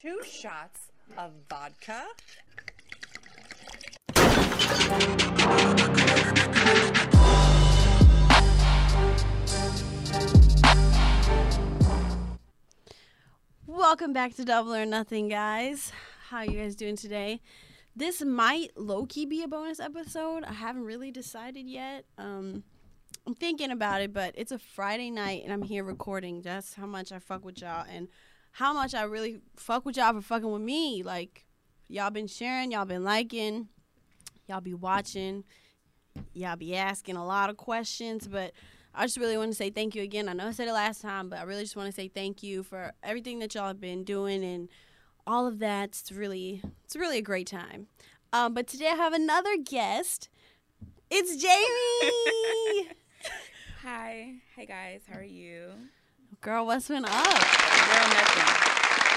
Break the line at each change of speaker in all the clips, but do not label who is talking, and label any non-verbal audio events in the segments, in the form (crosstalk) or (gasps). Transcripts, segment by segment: two shots of vodka.
Welcome back to Double or Nothing, guys. How you guys doing today? This might low-key be a bonus episode. I haven't really decided yet. Um, I'm thinking about it, but it's a Friday night and I'm here recording. That's how much I fuck with y'all and how much I really fuck with y'all for fucking with me. Like, y'all been sharing, y'all been liking, y'all be watching, y'all be asking a lot of questions, but I just really want to say thank you again. I know I said it last time, but I really just want to say thank you for everything that y'all have been doing and all of that. It's really, it's really a great time. Um, but today I have another guest. It's (laughs) Jamie.
Hi. Hey guys, how are you?
Girl, what's been up?
Girl, nothing.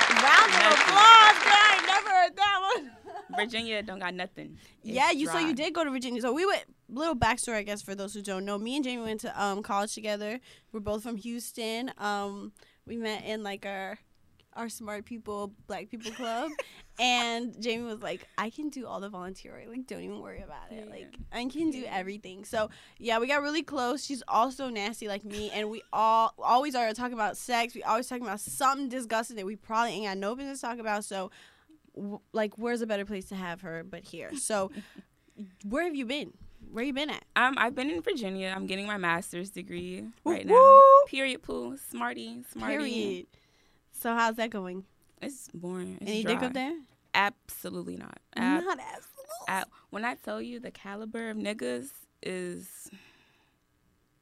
Round of applause. Girl, I never heard that one.
Virginia don't got nothing. It's
yeah, you so
dry.
you did go to Virginia. So we went little backstory, I guess, for those who don't know. Me and Jamie went to um college together. We're both from Houston. Um, we met in like our our smart people, black people
(laughs)
club. and Jamie was like, I can do all the volunteer work. Like, don't even worry about it.
Yeah.
Like, I can do everything. So yeah, we got really close. She's also nasty like me, and we all always are talking about sex. We always talking about something disgusting that we probably ain't got no business talking about. So, w- like, where's a better place to have her but here? So, where have you been? Where you been at?
Um, I've been in Virginia. I'm getting my master's degree right
woo.
now. Period pool. Smarty. Smarty.
Period. So how's that going?
It's boring. It's
Any
dry. Uh,
dick up there?
Absolutely not. Ab-
Not absolutely.
ab- when I tell you the caliber of niggas is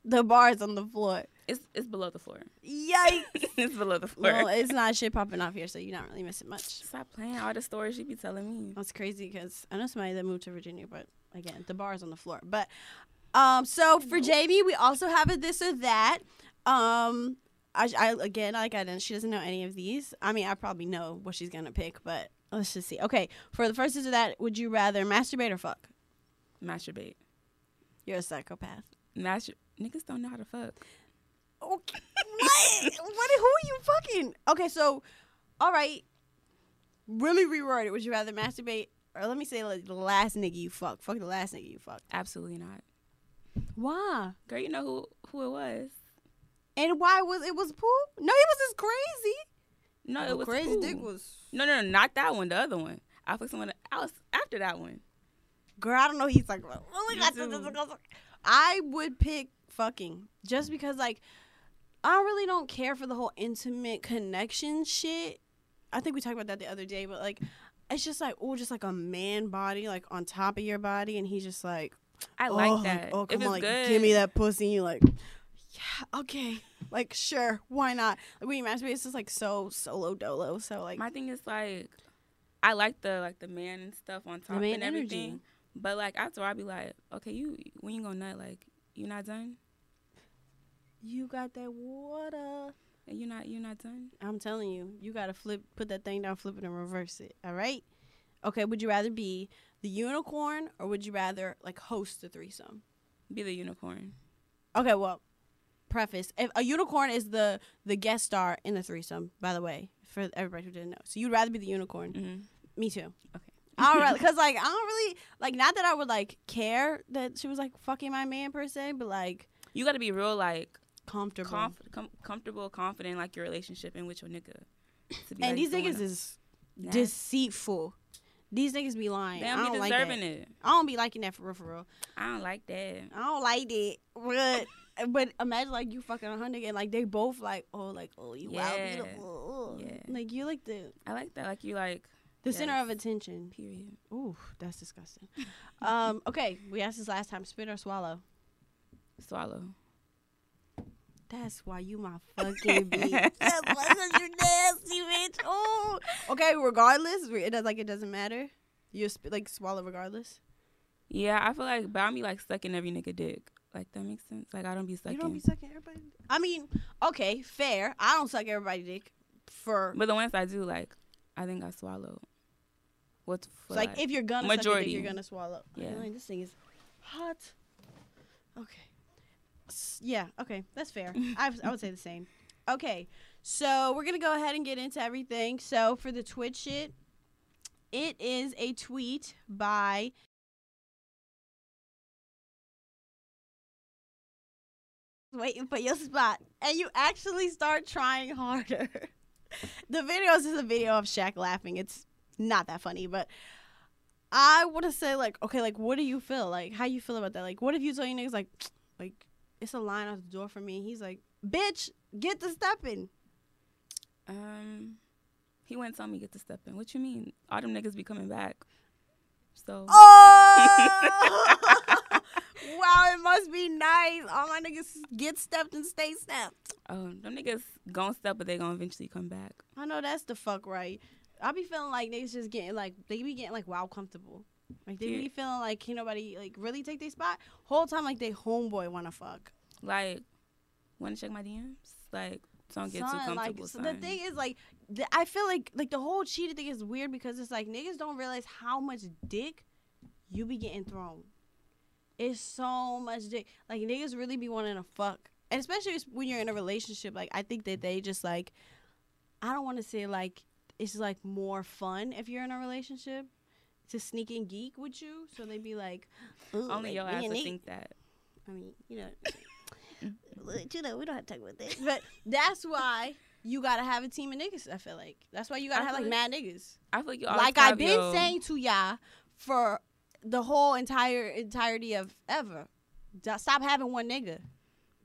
the bar's on the floor.
it's it's below the floor. (laughs)
Yikes.
it's below the floor.
well, it's not shit popping off here, so you're not really missing much.
Stop playing all the stories you be telling me.
That's crazy because I know somebody that moved to Virginia, but again, the bar's on the floor. But um, so for Jamie, we also have a this or that. Um, I, I again, like I didn't, she doesn't know any of these. I mean, I probably know what she's gonna pick, but let's just see. Okay, for the first is that, would you rather masturbate or fuck?
Masturbate.
You're a psychopath.
Master niggas don't know how to fuck.
(laughs) Okay, what? what? Who are you fucking? Okay, so, all right. Really reword it. Would you rather masturbate, or let me say like, the last nigga you fuck? Fuck the last nigga you fuck.
Absolutely not.
Why?
Girl, you know who who it was.
And why was it was poop? No, he was just crazy.
No,
The
it was
crazy
cool.
dick was.
No, no, no, not that one. The other one. I fucked someone else after that one.
Girl, I don't know. what He's like, oh my
Me
god,
too.
this is awesome." I would pick fucking just because like I really don't care for the whole intimate connection shit. I think we talked about that the other day, but like it's just like oh, just like a man body like on top of your body, and he's just like
I
oh,
like that.
oh, come
if it's
on, like,
good,
give me that pussy. And you like, yeah, okay, like sure, why not? Like, when you masturbate, it's just like so solo dolo. So like,
My thing is like, I like the like the man and stuff on top
man
and
energy.
everything. But like after, I'd be like, okay, you when you gonna nut? Like you not done?
you got that water.
You not you not done?
I'm telling you, you gotta flip, put that thing down, flip it, and reverse it. All right. Okay. Would you rather be the unicorn, or would you rather like host a threesome?
Be the unicorn.
Okay. Well, preface: if a unicorn is the the guest star in the threesome, by the way, for everybody who didn't know. So you'd rather be the unicorn.
hmm
Me too.
Okay.
All right, because like I don't really like not that I would like care that she was like fucking my man per se, but like
You gotta be real like
comfortable.
conf- com- comfortable, confident like your relationship and with your nigga. To
and
be, like,
these
doing
niggas
that.
is
Nasty.
deceitful. These niggas be lying.
They don't
I
be
don't like that.
deserving it.
I don't be liking that for real, for real.
I don't like that.
I don't like that. But but imagine like you fucking a hundred and like they both like oh like oh you
Yeah.
wow beautiful.
Yeah.
Like you like the
I like that. Like you like
the center
Yes.
of attention.
period.
Ooh, that's
(laughs)
disgusting. um, okay, we asked this last time: spit or swallow. (laughs)
Swallow.
That's why you my
(laughs)
fucking bitch. That's why 'cause you nasty bitch. Oh, okay. Regardless, it does like it doesn't matter. You sp- like swallow regardless.
Yeah, I feel like, but I'm be like sucking every nigga dick. Like that makes sense. Like I don't be sucking.
You don't be sucking everybody. I mean, okay, fair. I don't suck everybody dick for
but the ones I do, like, I think I swallow. What's
so, like if you're gonna suck a dick,
majority.
you're gonna swallow.
Yeah.
Yeah, this thing is hot.
(laughs)
Okay. S- Yeah. Okay, that's fair. I I would say the same. Okay, so we're gonna go ahead and get into everything. So for the Twitch shit, it is a tweet by waiting for your spot, and you actually start trying harder. (laughs) the video is just a video of Shaq laughing. It's not that funny, but I want to say like, okay, like what do you feel like? How you feel about that? Like, what if you tell your niggas like, like it's a line out the door for me? He's like, bitch, get to stepping.
Um, he wouldn't tell me get to step in. What you mean? All them niggas be coming back. So (laughs)
Oh, (laughs) wow, it must be nice. All my niggas get stepped and stay stepped.
oh, them niggas gon' step, but they gonna eventually come back.
I know that's the fuck right. I be feeling like niggas just getting like they be getting like wow comfortable. Like they be
Yeah.
feeling like can't nobody like really take their spot. Whole time like they homeboy wanna fuck.
Like, wanna check my DMs? Like, don't get too
Son,
comfortable.
Like, so
son.
The thing is, like, th- I feel like like the whole cheating thing is weird because it's like niggas don't realize how much dick you be getting thrown. It's so much dick. Like niggas really be wanting to fuck, and especially s- when you're in a relationship. Like I think that they just like, I don't want to say like it's like more fun if you're in a relationship. To sneak and geek with you, so they be like, "Ooh,
only
like,
your
me
ass
and
would
Nate
think that.
I mean, you know, (laughs) Look, you know, we don't have to talk about that. (laughs) But that's why you gotta have a team of niggas. I feel like that's why you gotta
I
have like
feel
mad niggas.
I feel like you always
Like I've
have
been
your-
saying to y'all for the whole entire entirety of ever. D- Stop having one nigga.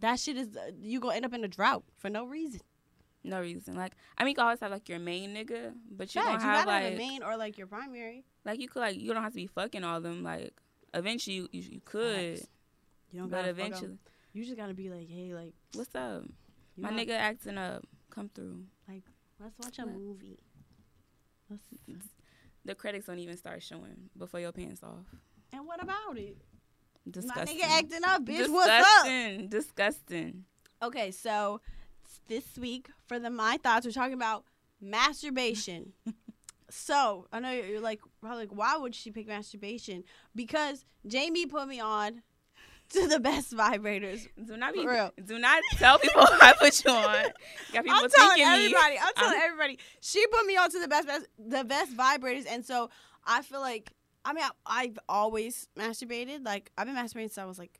That shit is uh, you gonna end up in a drought for no reason.
no reason. Like, I mean, you can always have like your main nigga, but you
Facts,
don't
you
have
gotta
like
have a main or like your primary.
like you could like you don't have to be fucking all them. Like, eventually you you, you could,
Facts. You don't
but
gotta eventually.
eventually,
You just gotta be like, hey, like
what's up?
you
my
know,
nigga acting up. Come through.
Let's watch a
What?
movie. Let's,
The credits don't even start showing before your pants off.
and what about it?
Disgusting.
My nigga acting up, bitch.
Disgusting.
What's up?
Disgusting.
Okay, so s- this week for the My Thoughts, we're talking about
(laughs)
masturbation. so I know you're you're like, probably like, why would she pick masturbation? Because Jamie put me on (laughs) to the best vibrators.
Do not be.
For real.
Do not tell people (laughs) I put you on. Got people
I'm telling
thinking
everybody. I'm telling
I'm-
everybody. She put me on to the best, best, the best vibrators, and so I feel like I mean I, I've always masturbated. Like I've been masturbating since I was like,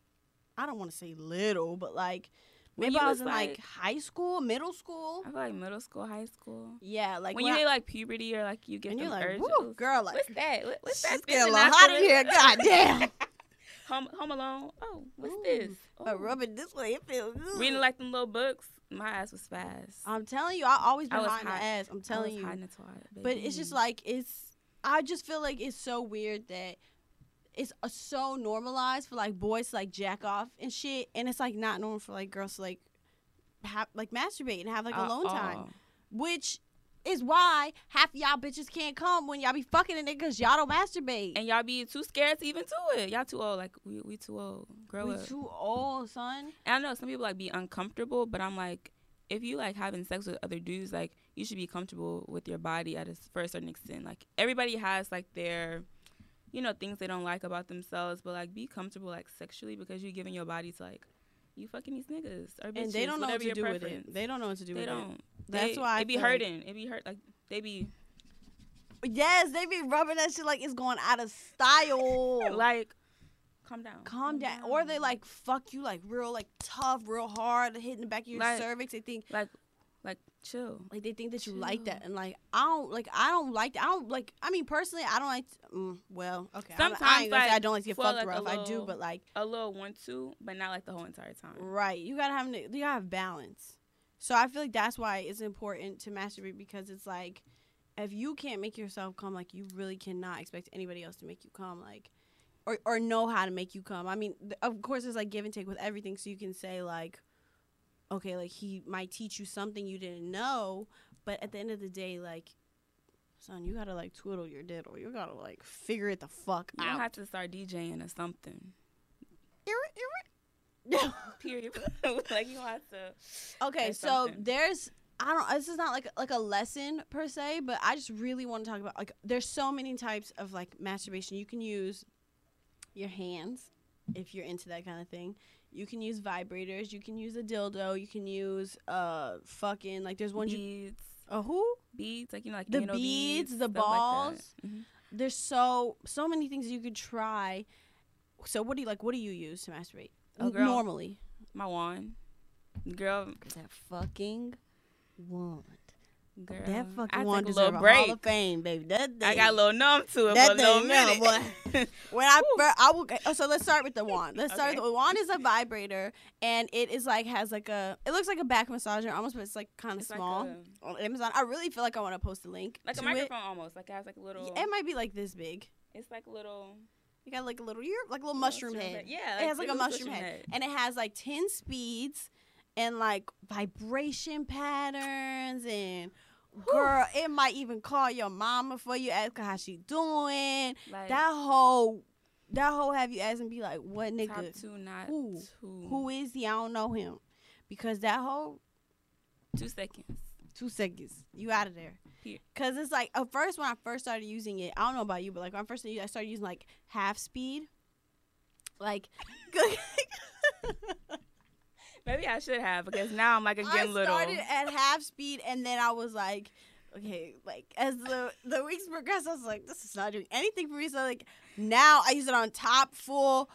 I don't want to say little, but like
When
maybe
you
I
was,
was in like,
like-
high school, middle school.
I feel like middle school, high school.
Yeah, like
when,
I-
you hit like puberty or like you get
and
them
you're like,
urges.
woo, girl, like
What's that? What, what's that?
she's getting a
feeling
little
I
hot
feel
in here. God damn.
(laughs) Home, home Alone. Oh, what's
Ooh,
this?
But
(laughs) Oh.
rub it this way, it feels good.
Reading like them little books. My ass was fast.
I'm telling you, I always been
I was
hot in the
hot.
ass. I'm
I
telling
was
you.
hiding the toilet,
But it's just
baby.
like it's. I just feel like it's so weird that it's uh, so normalized for like boys to like jack off and shit, and it's like not normal for like girls to like have like masturbate and have like
Uh,
alone time,
oh.
which is why half of y'all bitches can't come when y'all be fucking a nigga because y'all don't masturbate.
And y'all be too scared to even do it. Y'all too old. Like we, we too old. Grow
we
up.
too old, son.
and I know some people like be uncomfortable, but I'm like, if you like having sex with other dudes, like you should be comfortable with your body at a s- for a certain extent. Like everybody has like their, you know, things they don't like about themselves, but like be comfortable like sexually because you're giving your body to like you fucking these niggas or bitches,
and they don't know what
whatever
to
your
do with
preference.
it. They don't know what to do
They
with it.
don't.
That's
They-
why I
it be
feel like-
hurting. it be hurt. Like they be
Yes, they be rubbing that shit like it's going out of style.
like, calm down.
Calm down. Or they like fuck you like real like tough, real hard, hitting the back of your
Like-
cervix. They think
like, like chill.
like they think that you like that,
Chill.
and like I don't like I don't like that. I don't like. I mean, personally, I don't like. mm, well, okay. I'm- I,
Sometimes,
ain't gonna say I
like,
don't like to get
for,
fucked
like, a
rough. I do,
little-
but like
A little one two, but not like the whole entire time.
right, you gotta have you gotta have balance. So I feel like that's why it's important to masturbate because it's like if you can't make yourself come, like you really cannot expect anybody else to make you come, like. Or, or know how to make you come. I mean, th- of course, it's like give and take with everything. So you can say like, okay, like he might teach you something you didn't know, but at the end of the day, like, son, you gotta like twiddle your diddle. You gotta like figure it the fuck
You don't
out.
have to start DJing or something.
(laughs)
Period. (laughs) like you don't have to.
Okay,
or
so
something.
there's I don't this is not like like a lesson per se, but I just really want to talk about like there's so many types of like masturbation. You can use your hands if you're into that kind of thing. You can use vibrators. You can use a dildo. You can use uh fucking like there's one you
beads,
a who?
beads, like you know, like
The
anal
beads, the
stuff like that.
balls.
Mhm.
There's so so many things you could try. So what do you like? What do you use to masturbate
Oh,
N-
girl.
normally?
My wand, girl,
That fucking wand.
girl.
That
Um, I
fucking
took
wand
a
deserve a
little break.
Hall of Fame, baby. That
I
thing-
got a little numb to it,
That
for a little
thing, yeah,
minute.
When I
Whew.
fir- I will. Oh, so let's start with the wand. Let's start.
Okay.
With, the wand is a vibrator, and it is like has like a. It looks like a back massager almost, but it's like kind of (laughs)
(laughs) It's
small.
like a,
on Amazon. I really feel like I want to post a link
like
to
a microphone almost. Like it has like a
it.
little.
Yeah, It might be like this big.
it's like little.
You got like a little, you're like a little mushroom, head,
Yeah,
It has, like, a
little
mushroom head. and it has like ten speeds, and like vibration patterns and. Girl, it might even call your mama for you, ask her how she doing.
Like,
That whole, that whole have you asked and be like, what nigga?
top two, not
Who?
two.
Who is he? I don't know him. Because that whole
Two seconds.
two seconds, you out of there.
Here.
Cause it's like at first when I first started using it, I don't know about you, but like when I first started, I started using like half speed, like (laughs) good.
Maybe I should have because now I'm like again
I
little.
started at half speed, and then I was like, okay, like as the the weeks progressed, I was like, this is not doing anything for me. So like now I use it on top full,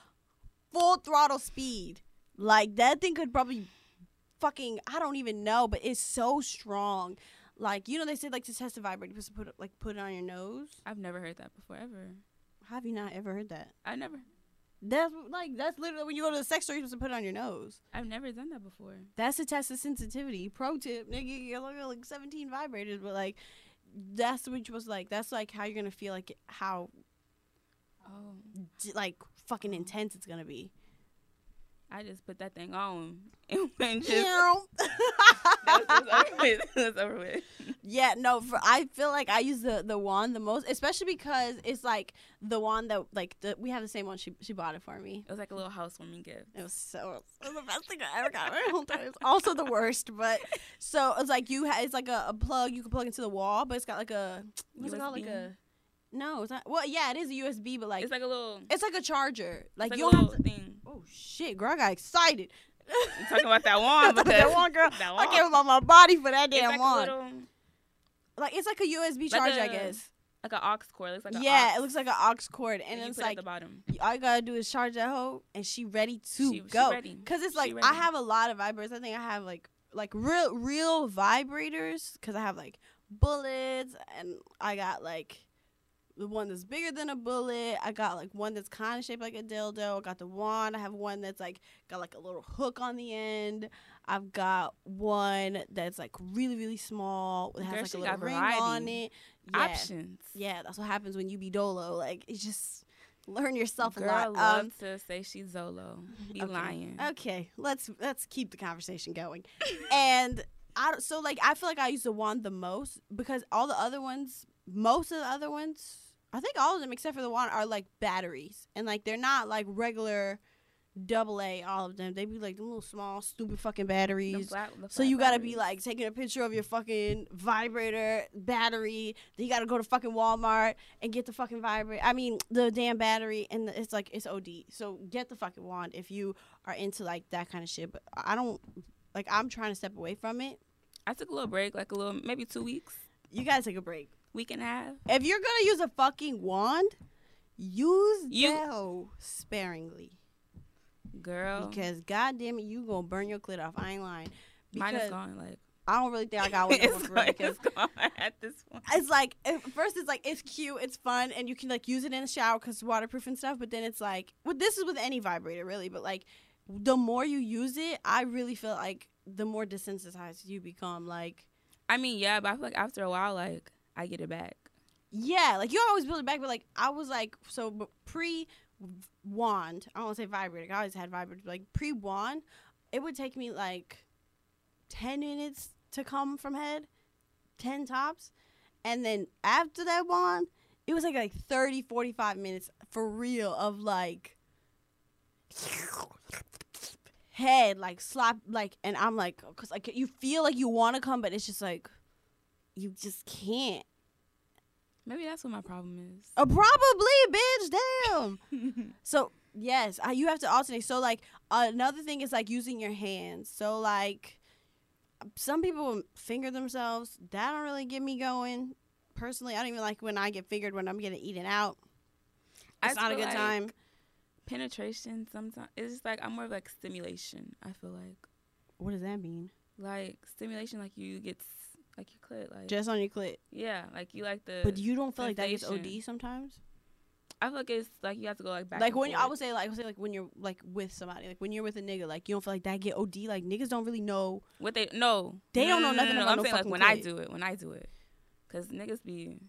full throttle speed. Like that thing could probably fucking I don't even know, but it's so strong. Like you know they said like to test a vibrator, you're supposed to put it, like put it on your nose.
I've never heard that before ever.
How have you not ever heard that?
I never.
That's like that's literally when you go to the sex store, you're supposed to put it on your nose.
I've never done that before.
That's a test of sensitivity. Pro tip, nigga, you're looking at, like 17 vibrators, but like that's what you're supposed to like. That's like how you're gonna feel like how
Oh,
d- like fucking intense it's gonna be.
I just put that thing on (laughs) and went just.
(laughs)
That's what's
yeah,
over
(laughs)
with. That's over with.
no, for, I feel like I use the the wand the most, especially because it's like the wand that like the, we have the same one. She she bought it for me.
It was like a little housewarming gift.
It was so it was the best thing I ever got (laughs) my whole time. It's also the worst, but so it's like you ha- it's like a, a plug you can plug into the wall, but it's got like a what's it called like
USB?
a no, it's not. Well, yeah, it is a USB, but like
It's
it's
like a little.
like, a charger. Like
it's like
you'll
a little
have to.
thing.
Oh shit, girl, I got excited. (laughs)
I'm talking about that
I
wand.
thought
because-
that one girl.
that
I
wand.
gave up my body for that
(laughs) It's
damn
like
wand.
A little,
like it's like a USB
Like
charger, I
a-
guess.
like an aux cord. Looks like a
yeah,
aux,
it looks like an aux cord, and
you
it's
put it at
like
the bottom.
all you gotta do is charge that hoe, and she ready to
She- she
go.
ready.
Cause it's
She
like I
ready.
have a lot of vibrators. I think I have like like real real vibrators. Cause I have like bullets, and I got like the one that's bigger than a bullet. I got like one that's kind of shaped like a dildo. I got the wand. I have one that's like got like a little hook on the end. I've got one that's like really really small. It has
Girl,
like a
she
little
got
ring on
variety.
it. Yeah.
Options.
Yeah, that's what happens when you be dolo. Like it's just learn yourself
Girl,
a
I
lot.
love
um,
to say she's Zolo. Be
okay.
lying.
okay, let's let's keep the conversation going. (laughs) and I don't- so like I feel like I use the wand the most because all the other ones, most of the other ones, I think all of them except for the wand are like batteries and like they're not like regular double A. All of them they be like them little small stupid fucking
The
batteries.
flat- the
So
flat
you gotta be
batteries.
like taking a picture of your fucking vibrator battery. Then you gotta go to fucking Walmart and get the fucking vibrator. I mean the damn battery, and it's like it's OD. So get the fucking wand if you are into like that kind of shit. But I don't like. I'm trying to step away from it.
I took a little break, like a little maybe two weeks,
You gotta take a break.
week and a half.
If you're gonna use a fucking wand, use
You-
that hoe sparingly
Girl,
because goddamn it, you gonna burn your clit off. I ain't lying.
mine
Because
is gone. Like
I don't really think I
(laughs)
got one that
it's,
works for me
gone,
because
it's gone (laughs) at this point.
it's like at first it's like it's cute, it's fun, and you can like use it in the shower because waterproof and stuff. But then it's like, well, this is with any vibrator really, but like the more you use it, I really feel like the more desensitized you become. Like,
I mean, yeah, but I feel like after a while, like I get it back.
yeah, like you always build it back, but like I was like so b- pre wand. I don't want to say vibrator. 'cause I always had vibrator, but like pre wand, it would take me like ten minutes to come from head, ten tops. And then after that one, it was like like 30, 45 minutes for real of like head, like slop, like, and I'm like, because like you feel like you want to come, but it's just like you just can't.
Maybe that's what my problem is. (laughs)
Uh, probably, bitch, damn. so Yes, I, you have to alternate. So like another thing is like using your hands. So like some people finger themselves. That don't really get me going. Personally, I don't even like when I get fingered when I'm getting eaten out.
I
It's
just
not a
feel
good
like
time.
Penetration sometimes it's just like I'm more of like stimulation. I feel like
What does that mean?
like stimulation like you get s- like your clit like
Just on your clit.
yeah like you like the
But you don't feel like that gets
sensation.
OD sometimes.
I feel like it's like you have to go like back
like
and
when I
forth.
would say like I would say like when you're like with somebody, like when you're with a nigga, like you don't feel like that get OD. Like niggas don't really know.
What they no,
They don't know nothing about
I'm
no
saying like
fucking
when I
clit.
do it, when I do it, cause niggas be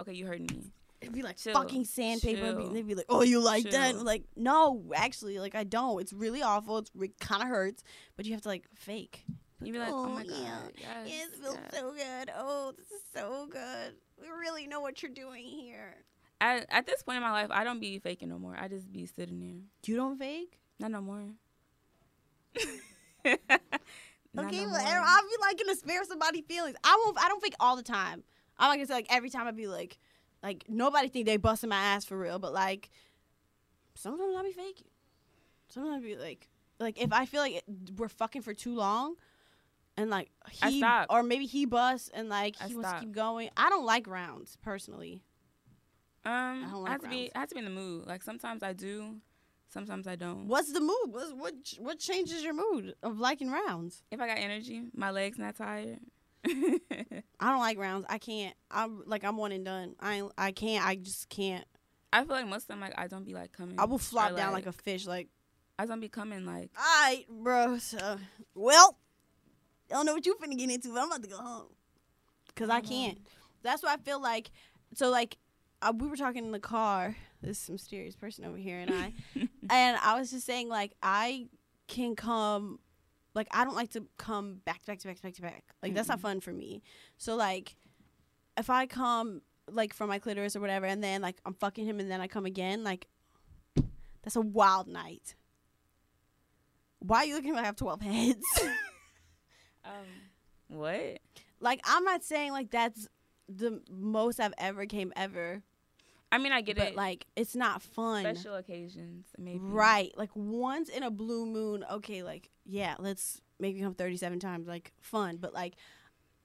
okay. You heard me.
It'd be like
Chill.
fucking sandpaper.
Chill.
and They'd be like, "Oh, you like that?"
Chill.
Like, no, actually, like I don't. It's really awful. It's, it kind of hurts, but you have to like fake.
You be like, oh, my
Oh,
god,
yeah.
yes,
Yes, it feels
yes."
so good. Oh, this is so good. We really know what you're doing here.
At, at this point in my life, I don't be faking no more. I just be sitting there,
You don't fake.
not no more. (laughs) Not
okay,
no
well,
more.
I'll be like in the spare somebody feelings. I won't. I don't fake all the time. I'm not gonna say like every time. I'd be like, like nobody think they busting my ass for real, but like sometimes I'll be faking. Sometimes I'll be like, like if I feel like it, we're fucking for too long, and like
I
he
stop.
or maybe he busts and like
I
he wants to
stop.
keep going. I don't like rounds personally. I
Um, I,
don't
have
like
to be.
rounds.
I have to be in the mood. Like sometimes I do, sometimes I don't.
What's the mood? What's, what what changes your mood of liking rounds?
If I got energy, my legs not tired. (laughs)
I don't like rounds. I can't. I'm like I'm one and done. I ain't- I can't. I just can't.
I feel like most of the time, like I don't be like coming.
I will flop
or,
down like a fish. Like,
I don't be coming like.
all right, bro. So, well, I don't know what you finna get into, but I'm about to go home. Cause I can't. That's why I feel like. So like, uh, we were talking in the car. This mysterious person over here and I, and I was just saying like I can come, like I don't like to come back to back to back to back to back. Like that's not fun for me. So like, if I come like from my clitoris or whatever, and then like I'm fucking him, and then I come again, like that's a wild night. Why are you looking like I have twelve heads? (laughs)
Um, what?
like I'm not saying like that's the most I've ever came ever,
I mean, I get
but
it.
like it's not fun.
special occasions, maybe.
Right. Like once in a blue moon, okay, like, yeah, let's maybe come 37 times, like, fun. But, like,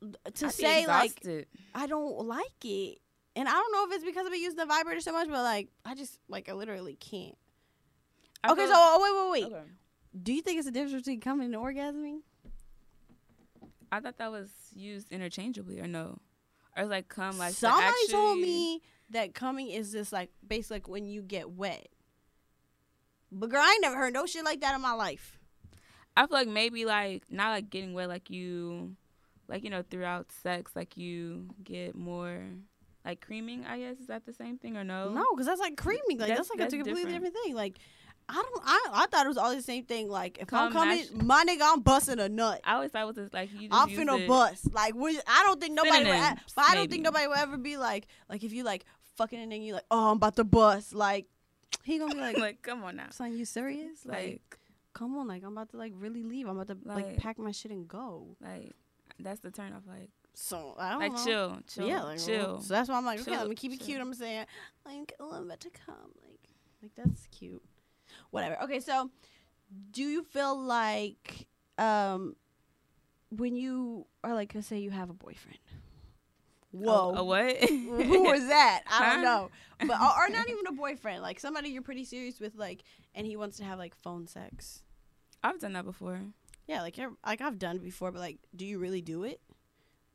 l- to
I'd be
say, like,
exhausted.
I don't like it. And I don't know if it's because I've been using the vibrator so much, but, like, I just, like, I literally can't.
I
okay,
feel-
so, oh, wait, wait, wait.
okay.
Do you think it's a difference between coming and orgasming?
I thought that was used interchangeably, or no? Or like come like the
Somebody told
actually-
me that coming is just, like, basically like when you get wet. But, girl, I ain't never heard no shit like that in my life.
I feel like maybe like not like getting wet, like you, like you know throughout sex, like you get more like creaming. I guess is that the same thing or no?
No, because that's like creaming. Like that's,
That's-
like
that's
a completely
different.
different. thing. Like I don't. I, I thought it was all the same thing. Like if I'm
Come
coming,
match-
my nigga, I'm busting a nut.
I always thought it was just, like you. Just
I'm
use
finna
it. (laughs)
bust. Like we, I don't think nobody. Would, a-
Synonyms,
but I don't think
maybe.
nobody will ever be like like if you like fucking a nigga, you like oh I'm about to bust. Like he gonna be like,
(laughs) like
(laughs)
come on now.
son, you serious? Like,
Like
come on, like I'm about to like really leave. I'm about to like,
Like-
pack my shit and go.
like that's the turn off. Like
So I don't
like
know.
chill, chill,
yeah, like,
chill.
So that's why I'm like, okay,
Chill,
let me keep it
chill.
cute. I'm saying, like, oh, I'm about to come. Like, like that's cute. Whatever. Okay, so do you feel like um when you are like, let's say you have a boyfriend? Whoa.
A, a what?
(laughs) Who was that? I don't
Huh?
know. But or, or not even a boyfriend, like somebody you're pretty serious with, like, and he wants to have like phone sex.
(laughs) I've done that before.
Yeah, like you're, like I've done it before, but like, do you really do it?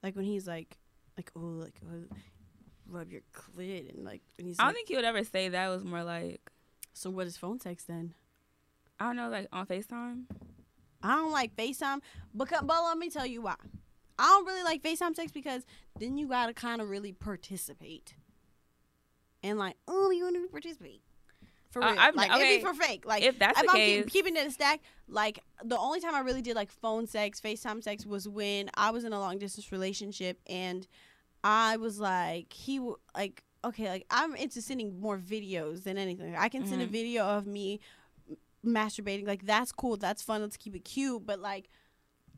Like when he's like, like oh, like oh, rub your clit and like when he's
I don't
like,
think he would ever say that. It was more like
so what is phone sex then?
I don't know, like on Facetime.
I don't like Facetime because, but let me tell you why. I don't really like Facetime sex because then you gotta kind of really participate, and like, oh, you want to participate for
Uh,
real?
I've-
like
okay.
it'd be for fake. Like
If that's
if
the
I'm
case,
keep, keeping it a stack, like the only time I really did like phone sex, FaceTime sex was when I was in a long distance relationship and I was like, he w- like, okay, like I'm into sending more videos than anything. I can send a
Mhm.
video of me m- masturbating, like that's cool, that's fun, let's keep it cute, but like.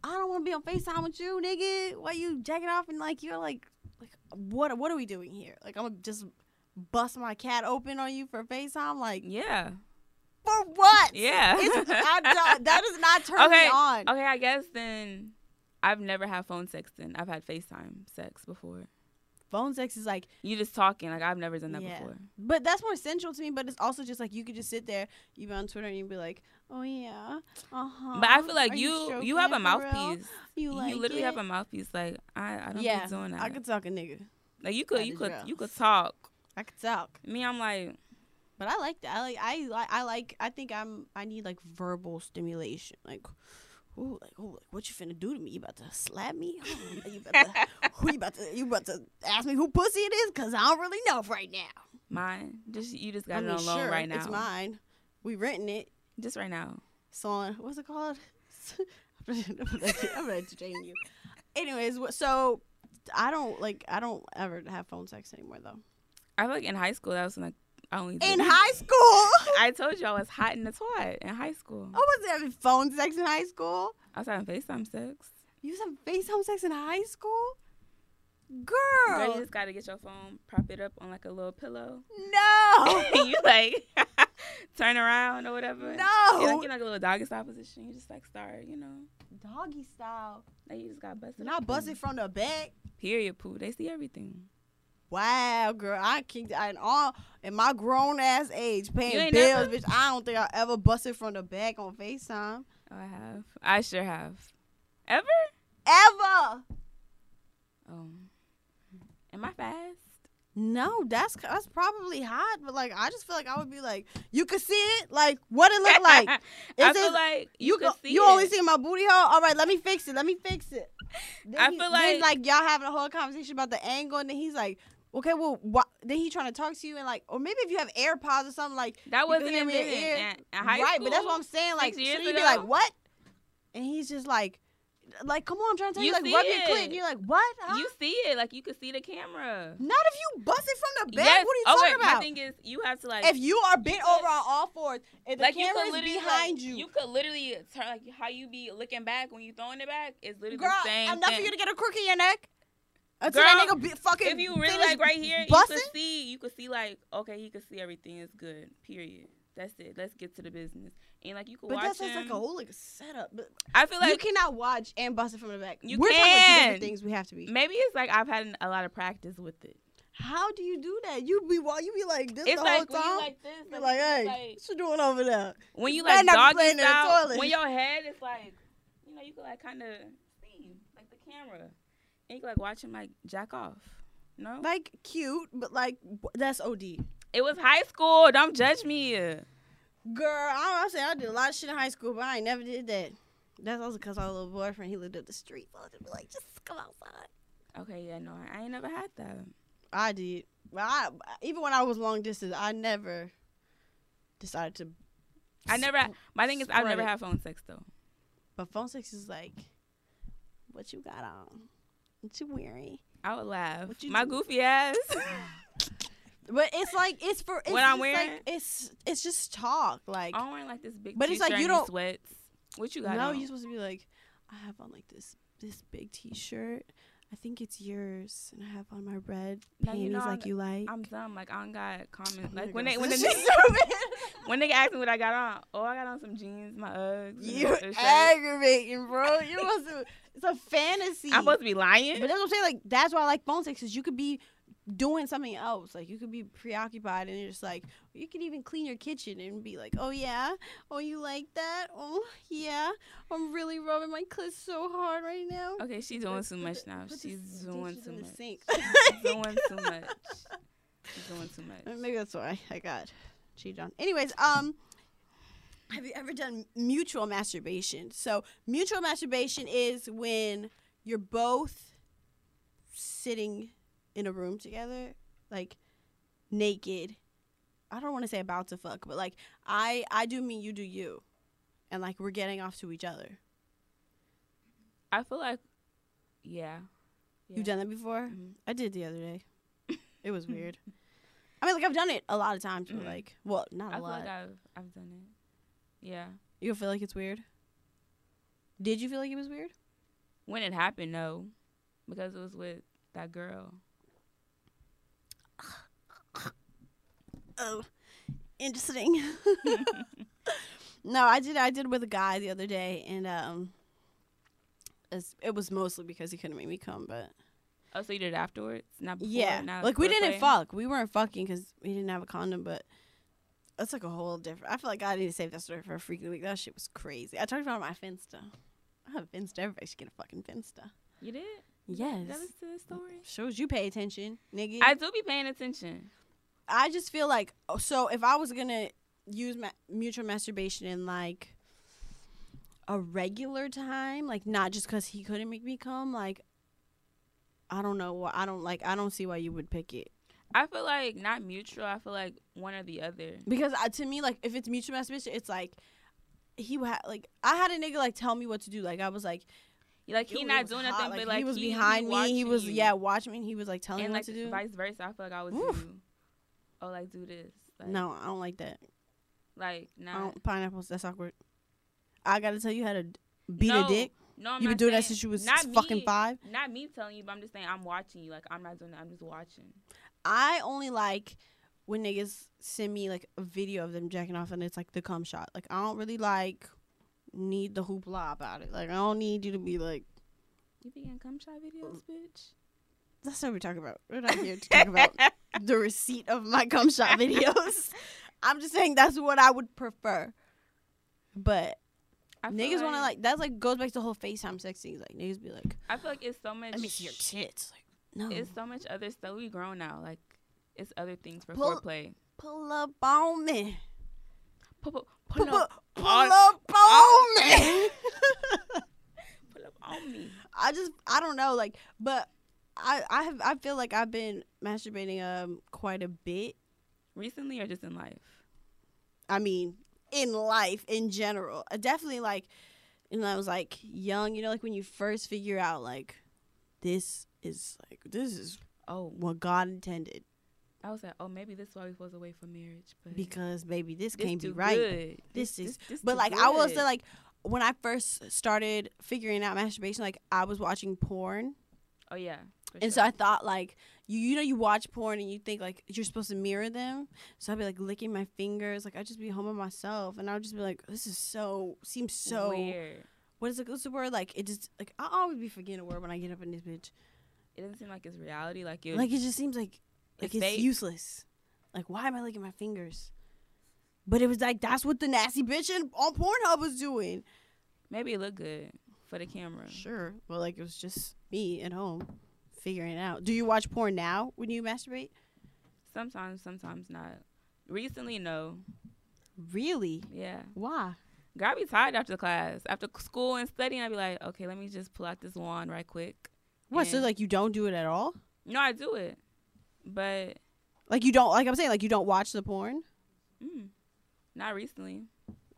I don't want to be on Facetime with you, nigga. Why you jacking off and like you're like, like what? What are we doing here? Like I'm gonna just bust my cat open on you for Facetime? Like
yeah,
For what?
Yeah.
It's,
(laughs)
I don't, that does not turn
okay.
me on.
Okay, I guess then I've never had phone sex then. I've had FaceTime sex before.
Phone sex is like,
You just talking. Like I've never done that
Yeah.
before.
but that's more sensual to me. But it's also just like you could just sit there, you be on Twitter, and you'd be like, oh yeah, uh huh.
But I feel like you you, have a mouthpiece.
You
You,
like
literally
it?
have a mouthpiece. Like I, I don't
yeah,
be doing that.
I could talk a nigga.
like you could
that
you
is
could
real.
you could talk.
I could talk,
Me, I'm like
but I like that. I like I like I like. I think I'm. I need like verbal stimulation. Like, ooh, like ooh, like what you finna do to me? You about to slap me? Ooh, you
(laughs)
about to? who you about to? You about to ask me who pussy it is? Cause I don't really know right now.
mine. Just you just got
I
it on loan
sure,
right now.
It's mine. We renting it.
Just right now.
It's on what's it called? (laughs) I'm (laughs) gonna- I'm gonna I'm gonna entertain you. Anyways, wh- so I don't like I don't ever have phone sex anymore though.
I feel like in high school that was when, like I only did-
In high school,
I told you I was hot in the twat in high school.
(laughs) I wasn't having phone sex in high school.
I was having FaceTime sex.
You was having FaceTime sex in high school,
Girl, you
girl.
just gotta get your phone, prop it up on like a little pillow.
No,
(laughs) you like turn around or whatever.
No.
You like, in, like a little doggy style position. You just like start, you know.
(laughs) doggy style.
Like you just got busted.
Not
open.
busted from the back.
Period poo. They see everything.
Wow, girl, I kicked I in all in my grown ass age paying
ain't
bills,
never-
bitch. I don't think I ever busted from the back on FaceTime
Oh, I have. I sure have. Ever?
ever.
Oh. Mm-hmm. Am I fast?
No, that's that's probably hot, but like I just feel like I would be like, you could see it, like what it look
(laughs)
like.
I
Is
feel
it-
like you,
you
could
go,
see
you only
it.
see my booty hole. All right, let me fix it. Let me fix
(laughs)
it. Then
I
he-
feel
then,
like-
like y'all having a whole conversation about the angle, and then he's like, okay, well, why? then he trying to talk to you, and like, or maybe if you have AirPods or something, like you
That
can
wasn't
hear
in,
me in
the-
ear.
in- in high
right, but that's what
school.
I'm saying. Like,
six years
shouldn't you be
ago.
like, what? And he's just like, like, come on, I'm trying to tell you,
You
like,
see
rub your clit,
it.
and you're like, what? Huh?
You see it. Like you could see the camera.
Not if you bust it from the back. What are you
okay,
talking about?
My thing is, you have to like.
if you are bent over on all fours, if the
like you
camera
could
is
literally
behind
like,
you,
You could literally turn like how you be looking back when you throwing it back is literally
girl,
the same
enough
thing.
for you to get a crook in your neck. Until that
Girl,
nigga be fucking.
if you really
finish
like right here,
busting.
you could see you could see like okay, he could see everything is good. Period. That's it. Let's get to the business. And like you could
but
watch
that's
him.
just like a whole like setup. But
I feel like
you cannot watch and bust it from the back.
You
We're talking about two different
can.
things. We have to be.
maybe it's like I've had an- a lot of practice with it.
How do you do that? You be while you be like this
It's
the
like
whole
when you
time.
like this,
You're
like,
like, hey,
like
what you doing over there?
when you
better
like
not be
doggy
playing in the
style,
toilet.
when your head is like, you know, you could like kind of see like the camera, and you could like watch him like jack off. No,
Like cute, but like wh- that's OD.
it was high school. Don't judge me.
Girl, I don't know, I'm saying I did a lot of shit in high school, but I ain't never did that. That's also because our little boyfriend he lived up the street. I was just like, just come outside.
Okay, yeah, no, I ain't never had that.
I did. Well, I even when I was long distance, I never decided to.
I never. My thing is, I've
Spread
never
it.
had phone sex though.
But phone sex is like, what you got on? What you wearing?
I would laugh.
What you
My
do? (laughs)
goofy ass. (laughs)
But it's like it's for it's
What I'm
just
wearing?
Like, it's it's just talk. Like
I'm wearing like this big.
But it's like
t-shirt
you
and these
don't-
sweats. What you got?
no,
on?
you're supposed to be like, I have on like this this big T-shirt. I think it's yours, and I have on my red
Now,
panties
you know
like
I'm-
you like. (laughs)
I'm dumb. Like I don't got comments.
Here
Like when
goes. (laughs)
they when the
She's
nigga, (laughs)
stupid.
when nigga asked me what I got on, oh I got on some jeans, my Uggs. and
you
a shirt.
aggravating, bro. You must. have- It's a fantasy.
I'm supposed to be
but
lying.
that's what I'm saying. Like that's why I like phone sex. Is you could be doing something else. Like you could be preoccupied, and you're just like you could even clean your kitchen and be like, oh yeah, oh you like that, oh yeah, I'm really rubbing my clit so hard right now.
Okay, she's doing too much now.
Put the
Oh, She's
s-
doing
dishes
too
in the
much.
sink.
She's
(laughs)
doing too much. She's doing too
Uh,
much.
(laughs) Maybe that's why I got cheated on. Anyways, um, have you ever done mutual masturbation? So mutual masturbation is when you're both sitting in a room together, like naked. I don't want to say about to fuck, but like I I do me, you do you, and like we're getting off to each other.
I feel like, yeah.
You've done that before?
Mhm.
I did the other (laughs) day. it was weird. I mean, like I've done it a lot of times, but
Mhm.
like, well, not
I
a
feel
lot.
like I've I've done it. Yeah.
You feel like it's weird? Did you feel like it was weird?
When it happened, no, because it was with that girl.
Oh, interesting. (laughs) No, I did. I did with a guy the other day, and um, it's, it was mostly because he couldn't make me come. But
Oh, so you did it afterwards? Not before?
yeah,
not
like we
foreplay?
didn't fuck. We weren't fucking because we didn't have a condom. But that's like a whole different. I feel like I need to save that story for a freaking week. That shit was crazy. I talked about it on my Finsta. I have a Finsta. Everybody should get a fucking Finsta.
You did?
Yes.
That was the story.
Shows you pay attention, nigga.
I do be paying attention.
I just feel like oh, so if I was gonna use ma- mutual masturbation in like a regular time, like not just because he couldn't make me come, like I don't know why I don't like I don't see why you would pick it
I feel like not mutual. I feel like one or the other.
because I, to me like if it's mutual masturbation, it's like he had like I had a nigga like tell me what to do, like I was like
Like he
it
not
was
doing
hot,
nothing, but like
he was
he- he
behind me, he
watching
was
you.
yeah watching me, and he was like telling
and
me
like
what to do.
vice versa. I feel like I would
Oof.
do. Oh, like do this. Like,
no, I don't like that.
like
I
not
don't pineapples. That's awkward. I gotta tell you how to d- beat a
No,
dick.
No, I'm
you
not
been doing that
saying-
since you was
not
fucking
me.
five.
Not me telling you, but I'm just saying I'm watching you. Like I'm not doing that. I'm just watching.
I only like when niggas send me like a video of them jacking off and it's like the cum shot. Like I don't really like need the hoopla about it. Like I don't need you to be like
You be in cum shot videos, bitch.
that's not what we're talking about. We're not here to talk
(laughs)
about the receipt of my cum shot videos. I'm just saying that's what I would prefer. But
I feel
niggas want to like that's like goes back to the whole FaceTime sex thing. Like niggas be like,
I feel like it's so much.
let me see your tits. Like no,
It's so much other stuff. We grown now. Like it's other things for
Pull-
foreplay.
pull up on me.
Pull, pull,
Pull,
pull up,
up, pull up on me.
pull up on me.
(laughs) I just I don't know like but I I have I feel like I've been masturbating um quite a bit.
Recently or just in life?
I mean in life in general. I definitely like and I was like young, you know like when you first figure out like this is like this is
Oh,
what God intended
I was like, oh, maybe this is why we supposed to wait for marriage, but
because baby this,
this
can't be
too
right.
good.
This is-
this
But
too
like I will
good.
say like when I first started figuring out masturbation like I was watching porn
oh yeah. for
And so
sure.
I thought like you you know you watch porn and you think like you're supposed to mirror them. So I'd be like licking my fingers, like I'd just be home by myself and I would just be like, This is so seems so
weird.
what is it what's the word? Like it just like I always be forgetting a word when I get up in this bitch.
It doesn't seem like it's reality. Like it.
Like it just seems like like
It's
it's
fake.
useless. Like why am I licking my fingers? But it was like that's what the nasty bitch in, on Pornhub was doing.
maybe it look good for the camera.
Sure. Well like it was just me at home figuring it out. Do you watch porn now when you masturbate?
Sometimes, sometimes not. Recently, no.
Really?
Yeah.
Why?
Girl, I be tired after class, after school and studying. I be like, okay, let me just pull out this wand right quick.
What? So
And-
like you don't do it at all?
No, I do it, but
Like you don't like I'm saying like you don't watch the porn?
mm, not recently.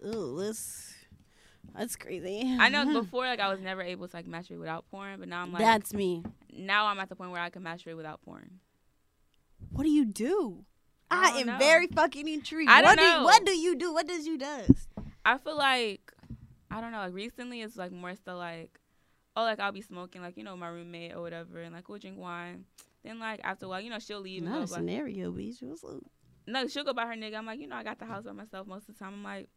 Ooh, this that's crazy.
I know
(laughs)
before, like I was never able to like masturbate without porn, but now I'm like,
Mm-hmm. that's me.
now I'm at the point where I can masturbate without porn.
What do you do?
I
I,
don't
am
know.
very fucking intrigued.
I don't
what do
know.
you, what do you do? What does you does?
I feel like I don't know. Like recently, it's like more so like, oh, like I'll be smoking, like you know, my roommate or whatever, and like we'll drink wine. Then like after a while, you know, she'll leave. and
Not a
go buy,
scenario, bitch. What's up?
no, she'll go by her nigga. I'm like, you know, I got the house by myself most of the time. I'm like,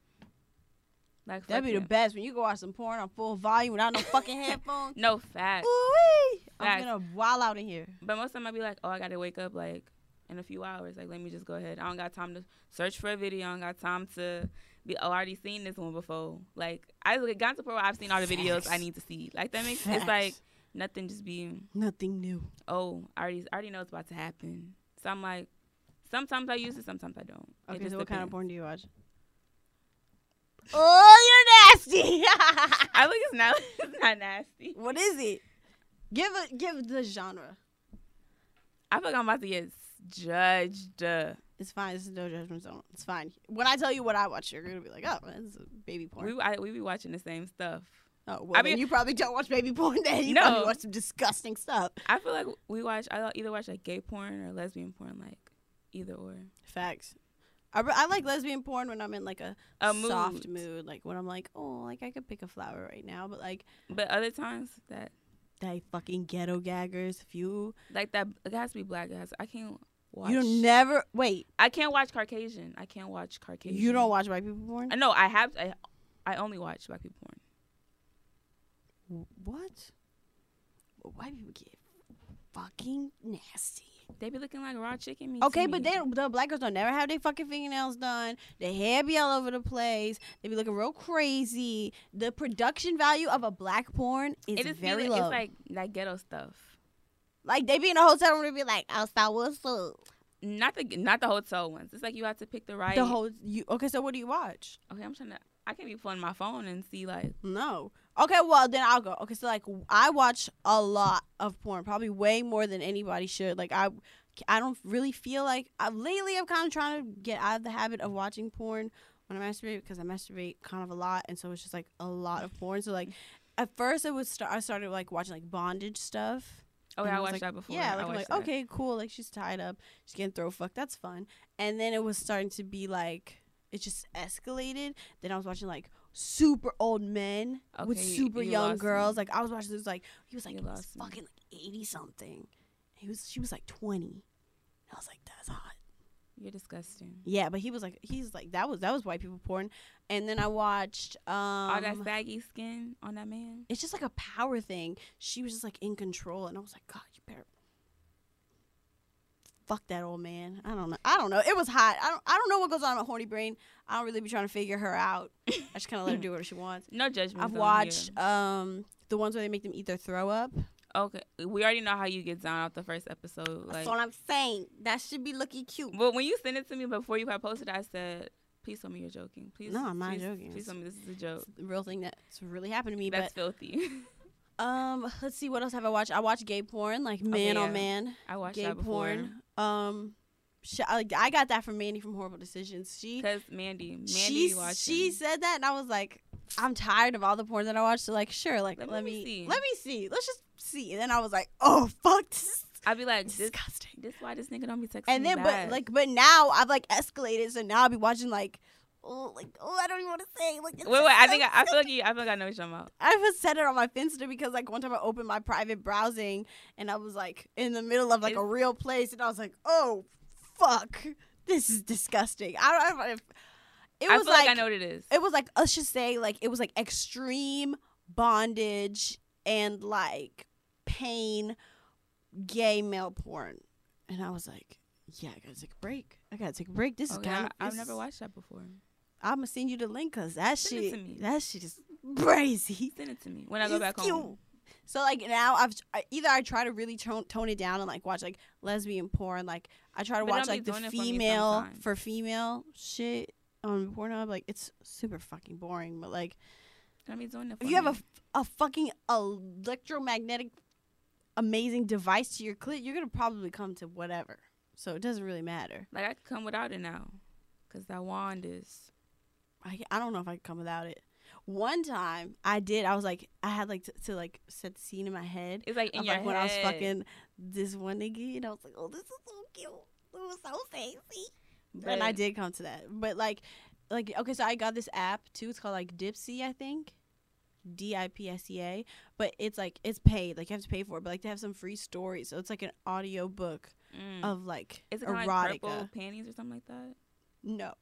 like
That'd
fuck
be the
him.
best when you go watch some porn on full volume without no
(laughs)
fucking headphones.
No fact.
Ooh-wee. I'm
Facts.
gonna wild out in here.
But most of the time, I be like, oh, I gotta wake up like in a few hours. Like, let me just go ahead. I don't got time to search for a video. I don't got time to be. Oh, I already seen this one before. Like, I look at Gonzo Pro. I've seen all the videos I
Facts.
need to see. Like that makes
Facts.
it's like nothing. Just be.
Nothing new.
oh, I already, I already know it's about to happen. So I'm like, sometimes I use it, sometimes I don't. It
Okay,
just
so what kind of
depends.
porn do you watch? Oh, you're nasty.
(laughs)
(laughs)
I think it's not, (laughs) it's not nasty.
What is it? Give a give the genre.
I feel like I'm about to get judged. Uh,
It's fine. This is no judgment zone. It's fine. When I tell you what I watch, you're gonna be like, "Oh, that's baby porn."
we, I, we be watching the same stuff.
oh, well,
I
then
mean-
you probably don't watch baby porn. Then (laughs) you
No.
probably watch some disgusting stuff.
I feel like we watch, I either watch like gay porn or lesbian porn, like either or.
Facts. I, re- I like lesbian porn when I'm in like a,
A
soft
mood.
mood, like when I'm like, "Oh, like I could pick a flower right now," but like
But other times that,
they fucking ghetto gaggers. If you
like that, it has to be black. It has, I can't, watch.
You don't never wait.
I can't watch Caucasian. I can't watch Caucasian.
You don't watch white people porn.
I know. I have. I, I only watch black people porn.
What? White people get fucking nasty.
They be looking like raw chicken meat. to
Okay, but
me.
they the black girls don't never have their fucking fingernails done. Their hair be all over the place. They be looking real crazy. The production value of a black porn is,
it is
very
be,
low.
It's
like,
like that ghetto stuff.
they be in a hotel room and be like, "I'll start what's up."
Not the not the hotel ones. It's like you have to pick the right.
The whole you okay? So what do you watch?
okay, I'm trying to. I can't be pulling my phone and see like.
No. Okay, well then I'll go. Okay, so like I watch a lot of porn, probably way more than anybody should. Like I, I don't really feel like I, lately I'm kind of trying to get out of the habit of watching porn when I masturbate because I masturbate kind of a lot, and so it's just like a lot of porn. So like at first it was st- I started like watching like bondage stuff.
Oh,
And
yeah, I
was
watched
like-
that before.
Yeah,
I
like, I'm
watched
like
that.
okay, cool. Like she's tied up, she's getting throw fuck. That's fun. And then it was starting to be like it just escalated. Then I was watching like super old men with
Okay, you-
super
you
young
lost
girls.
me.
Like I was watching this like he was like
You
he was
lost me.
fucking like eighty something. He was she was like twenty. I was like that's hot.
You're disgusting.
Yeah, but he was like he's like that was that was white people porn. And then I watched um
All that saggy skin on that man.
it's just like a power thing. She was just like in control, and I was like, God, you better fuck that old man. I don't know. I don't know. It was hot. I don't. I don't know what goes on in my horny brain. I don't really be trying to figure her
(laughs)
out. I just kind of let her do whatever she wants.
No judgment.
I've watched um the ones where they make them eat their throw up.
Okay, we already know how you get down off the first episode. Like,
That's what I'm saying. That should be looking cute.
well, when you sent it to me before you had posted, I said, "Please tell me you're joking. Please,
No, I'm not
please-
joking.
Please tell me this is a joke.
It's the real thing that's really happened to me.
That's filthy." (laughs)
but um, let's see what else have I watched. I watched gay porn, like man
Oh, yeah.
on man.
I watched
gay
that before.
porn. Um, sh I, I got that from Mandy from Horrible Decisions. She
Cause Mandy, Mandy,
she
watching.
she said that, and I was like, I'm tired of all the porn that I watched. So like, sure, like let,
Let- let
me
me see.
let me see. Let's just see. And then I was like, oh fuck, this is
I'd be like, "This,
disgusting.
this why this nigga don't be texting."
And
me
then,
back.
but like, but now I've like escalated, so now I'll be watching like, oh, like oh, I don't even want to say. Like, it's
wait, wait. I
so (laughs)
think I, I feel like you. I feel like I know what you're talking about.
I was said it on my Finster because like one time I opened my private browsing and I was like in the middle of like a
It's-
real place and I was like, oh fuck, this is disgusting. I don't. I don't it
I
was
feel like,
like,
I know what it is.
it was like let's just say like it was like extreme bondage and like pain, gay male porn, and I was like, yeah, I gotta take a break. I gotta take a break. This
Oh,
is
yeah,
kind of
I've never watched that before.
I'm gonna send you the link because that
Send it to me.
shit that shit is crazy.
Send it to me when I go back
It's cute.
home.
So like now I've I, either I try to really tone, tone it down and like watch like lesbian porn, like I try to
But
watch
don't be
like the
doing it for me
female
sometimes.
for female shit on Pornhub. Like it's super fucking boring. But like
Don't be doing it.
if
for
you have a
me.
f- a fucking electromagnetic amazing device to your clit, you're gonna probably come to whatever. So it doesn't really matter.
Like I could come without it now, cause that wand is.
I, I don't know if I could come without it. One time I did. I was like I had like to, to like set the scene in my head.
It's like in
of,
your
like
head.
when I was fucking this one nigga, and I was like, "Oh, this is so cute. It was so sexy."
But
and I did come to that, but like, like okay, so I got this app too. It's called like Dipsy, I think, D I P S E A. But it's like it's paid. Like you have to pay for it, but like they have some free stories. So it's like an audio book
mm.
of like
Is it kinda
um, erotica.
like purple panties or something like that?
No,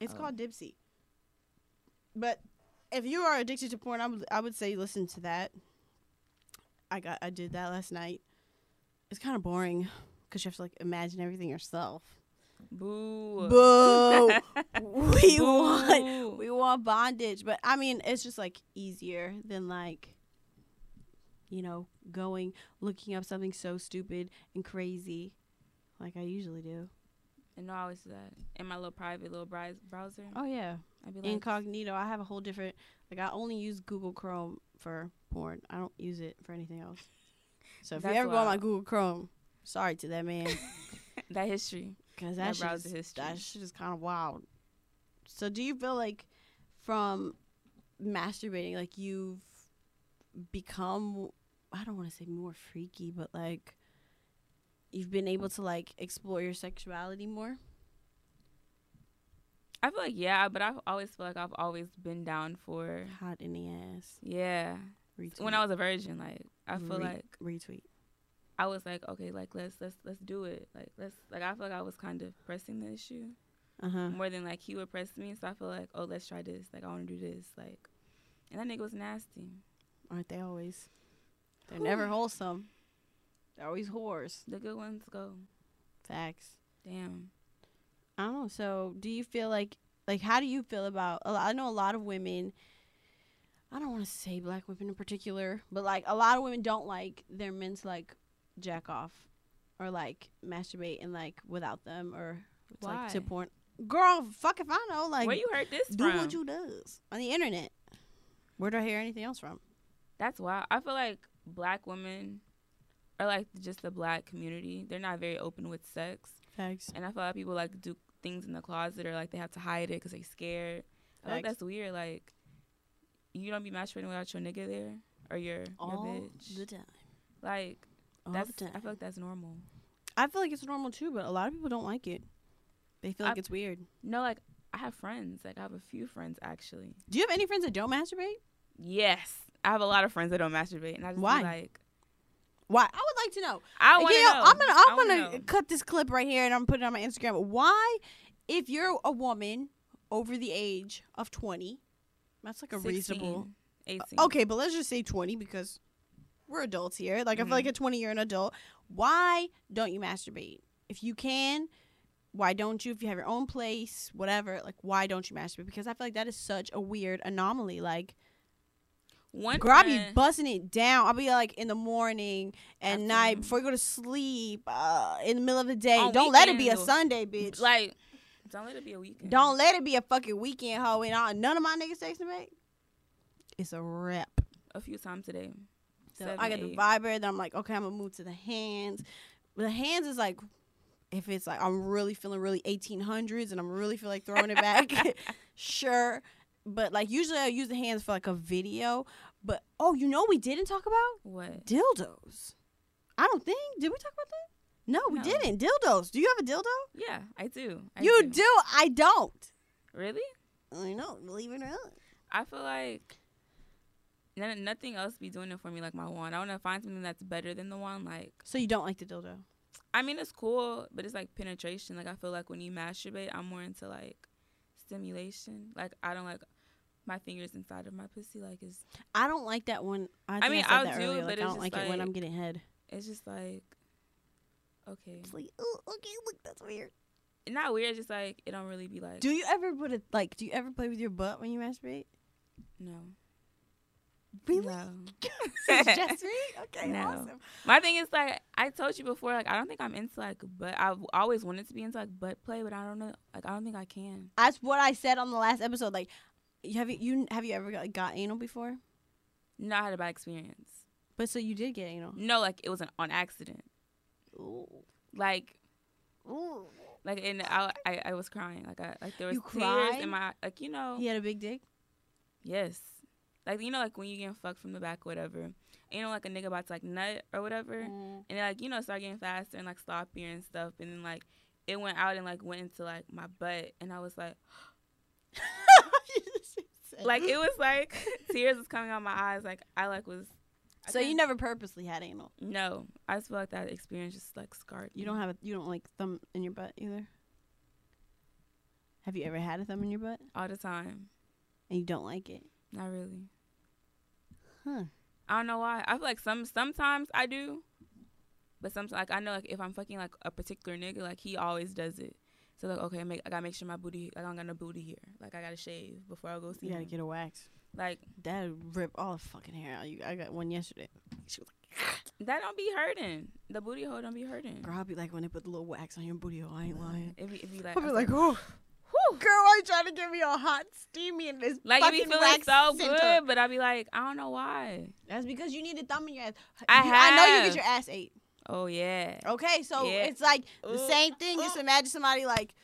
it's
Oh.
called Dipsy. But if you are addicted to porn, I would I would say listen to that. I got I did that last night. It's kind of boring because you have to like imagine everything yourself.
Boo.
Boo!
(laughs)
we want
Boo.
we want bondage, but I mean it's just like easier than like you know going looking up something so stupid and crazy like I usually do.
And no, I always do that in my little private little bri- browser.
Oh yeah.
I'd be like,
incognito. I have a whole different like I only use Google Chrome for porn. I don't use it for anything else. So if
That's
you ever go on my
wild.
Google Chrome, sorry to that man
(laughs) that history.
because
That
that, shit
browser
is,
history.
that shit is kind of wild. So do you feel like from masturbating like you've become I don't want to say more freaky, but like you've been able to like explore your sexuality more?
I feel like yeah, but I've always feel like I've always been down for
Hot in the ass.
yeah.
Retweet.
When I was a virgin, like I feel
Re-
like
retweet.
I was like, okay, like let's let's let's do it. Like let's like I feel like I was kind of pressing the issue
Uh huh.
more than like he would press me. So I feel like, oh, let's try this. Like I want to do this. Like, and that nigga was nasty.
Aren't they always? They're never wholesome. They're always whores.
The good ones go.
Facts.
Damn.
I don't know. Oh, So, do you feel like like how do you feel about? a lo- I know a lot of women. I don't want to say black women in particular, but like a lot of women don't like their men to like jack off or like masturbate and like without them or it's, like to
Why?
porn. Girl, fuck if I know. Like,
Where you heard this
do
from?
what you does on the internet. Where do I hear anything else from?
That's why I feel like black women or like just the black community. They're not very open with sex,
Facts.
and I feel like people like do things in the closet or like they have to hide it because they're scared. I think
Facts.
that's weird. Like, you don't be masturbating without your nigga there or your
All
your bitch.
the time.
like
All
that's
the time.
I feel like that's normal.
I feel like it's normal too, but a lot of people don't like it. They feel
I-
like it's weird.
No, like I have friends. Like I have a few friends actually.
Do you have any friends that don't masturbate?
Yes, I have a lot of friends that don't masturbate, and I just be
Why?
like
Why? I would like to know.
I want to
You know,
know.
I'm gonna I'm
I wanna
gonna
know.
cut this clip right here and I'm putting it on my Instagram. Why, if you're a woman over the age of 20, that's like a
16,
reasonable. uh,
18.
Okay, but let's just say 20 because we're adults here. Like I feel
Mm-hmm.
like at 20 you're an adult. Why don't you masturbate if you can? Why don't you? If you have your own place, whatever. Like why don't you masturbate? Because I feel like that is such a weird anomaly. Like
One
Girl, I be
friend-
busting it down. I'll be like in the morning and night
Afternoon.
before you go to sleep, uh, in the middle of the day.
On
Don't let it be a
weekends or-
Sunday, bitch. Like,
Like, don't let it be a weekend.
don't let it be a fucking weekend hoe. And all, none of my niggas text me. It's a rep.
A few times today.
So
Seven,
I got the
eight.
vibrator. Then I'm like, okay, I'm gonna move to the hands. The hands is like, if it's like I'm really feeling really 1800s and I'm really feel like throwing it (laughs) back, sure. But like usually I use the hands for like a video. But oh, you know what we didn't talk about.
What?
dildos. I don't think. Did we talk about that? No, we
No.
didn't. Dildos. Do you have a dildo?
Yeah, I do. I
you do. I don't.
Really?
I know. Believe it or not.
I feel like none, nothing else be doing it for me like my wand. I want to find something that's better than the wand. Like,
So you don't like the dildo.
I mean, it's cool, but it's like penetration. Like, I feel like when you masturbate, I'm more into like stimulation. Like, I don't like my fingers inside of my pussy. Like, it's
I don't like that one. I, think
mean,
I
I'll
said that
do it,
earlier. Like,
but
I
it's
don't like
just
it when
like-
I'm getting head.
it's just like okay,
It's like, oh, okay, look, that's weird.
not weird. It's just like it don't really be like
Do you ever put it like? Do you ever play with your butt when you masturbate?
no.
Really?
(laughs) No.
it's (laughs) just me. Okay,
No.
awesome.
(laughs) My thing is like I told you before, like I don't think I'm into like butt. I've always wanted to be into like butt play, but I don't know. Like I don't think I can.
That's what I said on the last episode. Like, you- have you, you have you ever got, got anal before?
No, I had a bad experience.
But so you did get anal.
No, like it was an on accident.
Ooh.
Like
Ooh.
like and I I, I was crying. Like I like there was
You
tears
cried?
in my like you know
He had a big dick.
yes. Like you know like when you getting fucked from the back or whatever. And, you know like a nigga about to like nut or whatever.
Mm. (laughs)
and it, like you know start getting faster and like sloppier and stuff and then like it went out and like went into like my butt and i was like
Oh.
like
(laughs)
it was like (laughs) tears was coming out my eyes like i like was I
so you
couldn't-
never purposely had anal
no i just feel like that experience just like scarred
you
me.
don't have a you don't like thumb in your butt either have you ever had a thumb in your butt
all the time
and you don't like it
not really
Huh.
i don't know why i feel like some sometimes i do but sometimes like i know like if i'm fucking like a particular nigga like he always does it so like okay, make, I gotta make sure my booty. Like, I don't got no booty here. Like I gotta shave before I go see
you gotta
him.
get a wax
like
that rip all the fucking hair out you i got one yesterday she was like
that don't be hurting. The booty hole don't be hurting.
girl i'll be like when they put the little wax on your booty hole i ain't lying
It'd be, it be
(laughs)
like,
i'll be
I
like
feel-
oh
whew.
girl why you trying to get me all hot steamy and this
like
fucking
it be feeling
wax
so
center?
good, but I'd be like, I don't know why.
that's because you need a thumb in your ass
I
You- i know you
have.
get your ass ate
Oh yeah,
Okay, so
Yeah.
it's like the
Ooh.
same thing. Just
Ooh.
imagine somebody like.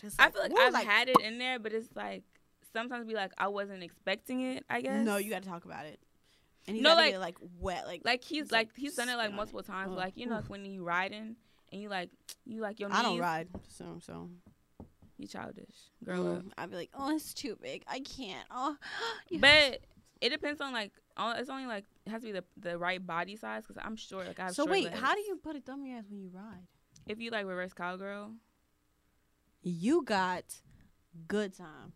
just
I feel like
"Ooh,"
I've had it in there, but it's like sometimes be like I wasn't expecting it. I guess
No, you got to talk about it. And you
No,
gotta
like-
get like wet, like
like he's
It's
like,
like,
he's done it like
spit on it.
multiple times.
Ugh.
but, Like you know, like when you riding and you like you like your knees,
Mm-hmm. I don't ride, so so
you childish girl. up.
Mm-hmm. Mm, I'd be like, oh, it's too big, I can't. Oh, (gasps) you-
But It depends on like all, it's only like it has to be the the right body size because I'm sure like I have.
So
short
wait,
legs.
how do you put it on your ass when you ride?
If you like reverse cowgirl,
You got good time.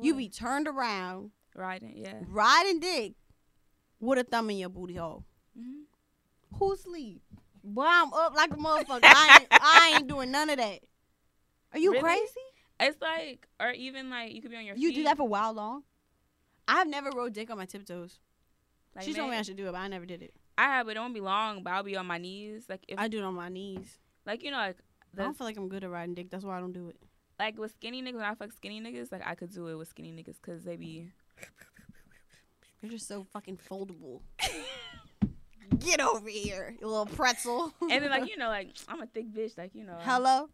You
what?
be turned around,
riding, yeah.
riding dick with a thumb in your booty hole.
Mhm.
Who sleep? Boy, I'm up like a motherfucker. I (laughs) ain't, I ain't doing none of that. Are you
Really?
crazy?
It's like, or even like you could be on your
You
feet.
do that for a while long? I've never rode dick on my tiptoes.
Like,
she told me
man,
I should do it, but I never did it.
I have, but it won't be long. But I'll be on my knees, like if
I do it on my knees.
like you know like
I
the
don't feel like I'm good at riding dick. That's why I don't do it.
like with skinny niggas. When I fuck skinny niggas, like I could do it with skinny niggas because they be
You're just so fucking foldable. (laughs) Get over here, you little pretzel.
and then like you know like I'm a thick bitch, like you know.
(laughs)
I-
hello.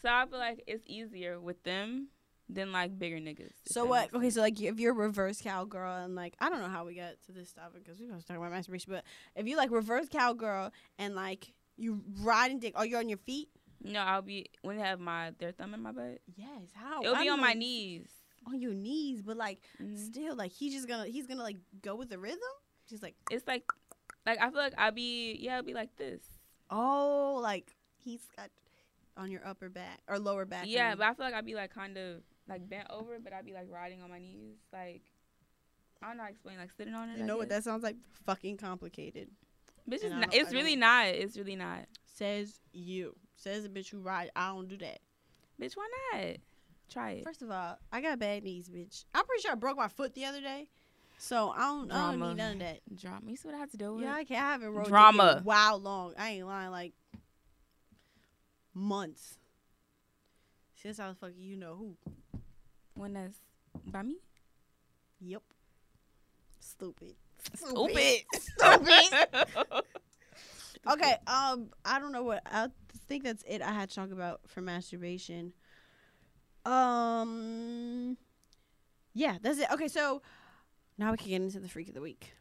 So I feel like it's easier with them than like bigger niggas. if
So
that
what?
makes
Okay, so like if you're reverse cowgirl and like I don't know how we got to this topic because we was talking about masturbation, but if you like reverse cowgirl and like you riding dick, are you on your feet?
sense. No, I'll be when they have my their thumb in my butt.
Yes. How?
It'll
I
be
don't
on my
know.
knees.
On your knees, but like
Mhm.
still, like he's just gonna he's gonna like go with the rhythm. She's like,
It's like like I feel like I'll be yeah I'll be like this.
oh, like he's got on your upper back or lower back. I
Yeah,
mean.
but I feel like I'd be like kind of like bent over, but I'd be like riding on my knees, like I don't know how to explain, like sitting on it.
you
I
know what?
guess.
That sounds like fucking complicated.
Bitch,
and
it's,
I
not,
don't-
it's
I
really
don't-
not. It's really not.
Says you. Says the bitch who ride. I don't do that.
Bitch, why not? Try it.
First of all, I got bad knees, bitch. I'm pretty sure I broke my foot the other day, so I don't. I don't
Drama.
need none of that.
Drama. You see what I had to do with?
Yeah, I can't. I haven't rode
Drama.
Drama. Wow, long. I ain't lying. Like months since I was fucking. You know who?
When that's by me.
Yep. Stupid.
Stupid.
(laughs) Stupid. okay. Um. I don't know what. I think that's it. I had to talk about for masturbation. Um. Yeah, that's it. Okay, so now we can get into the freak of the week.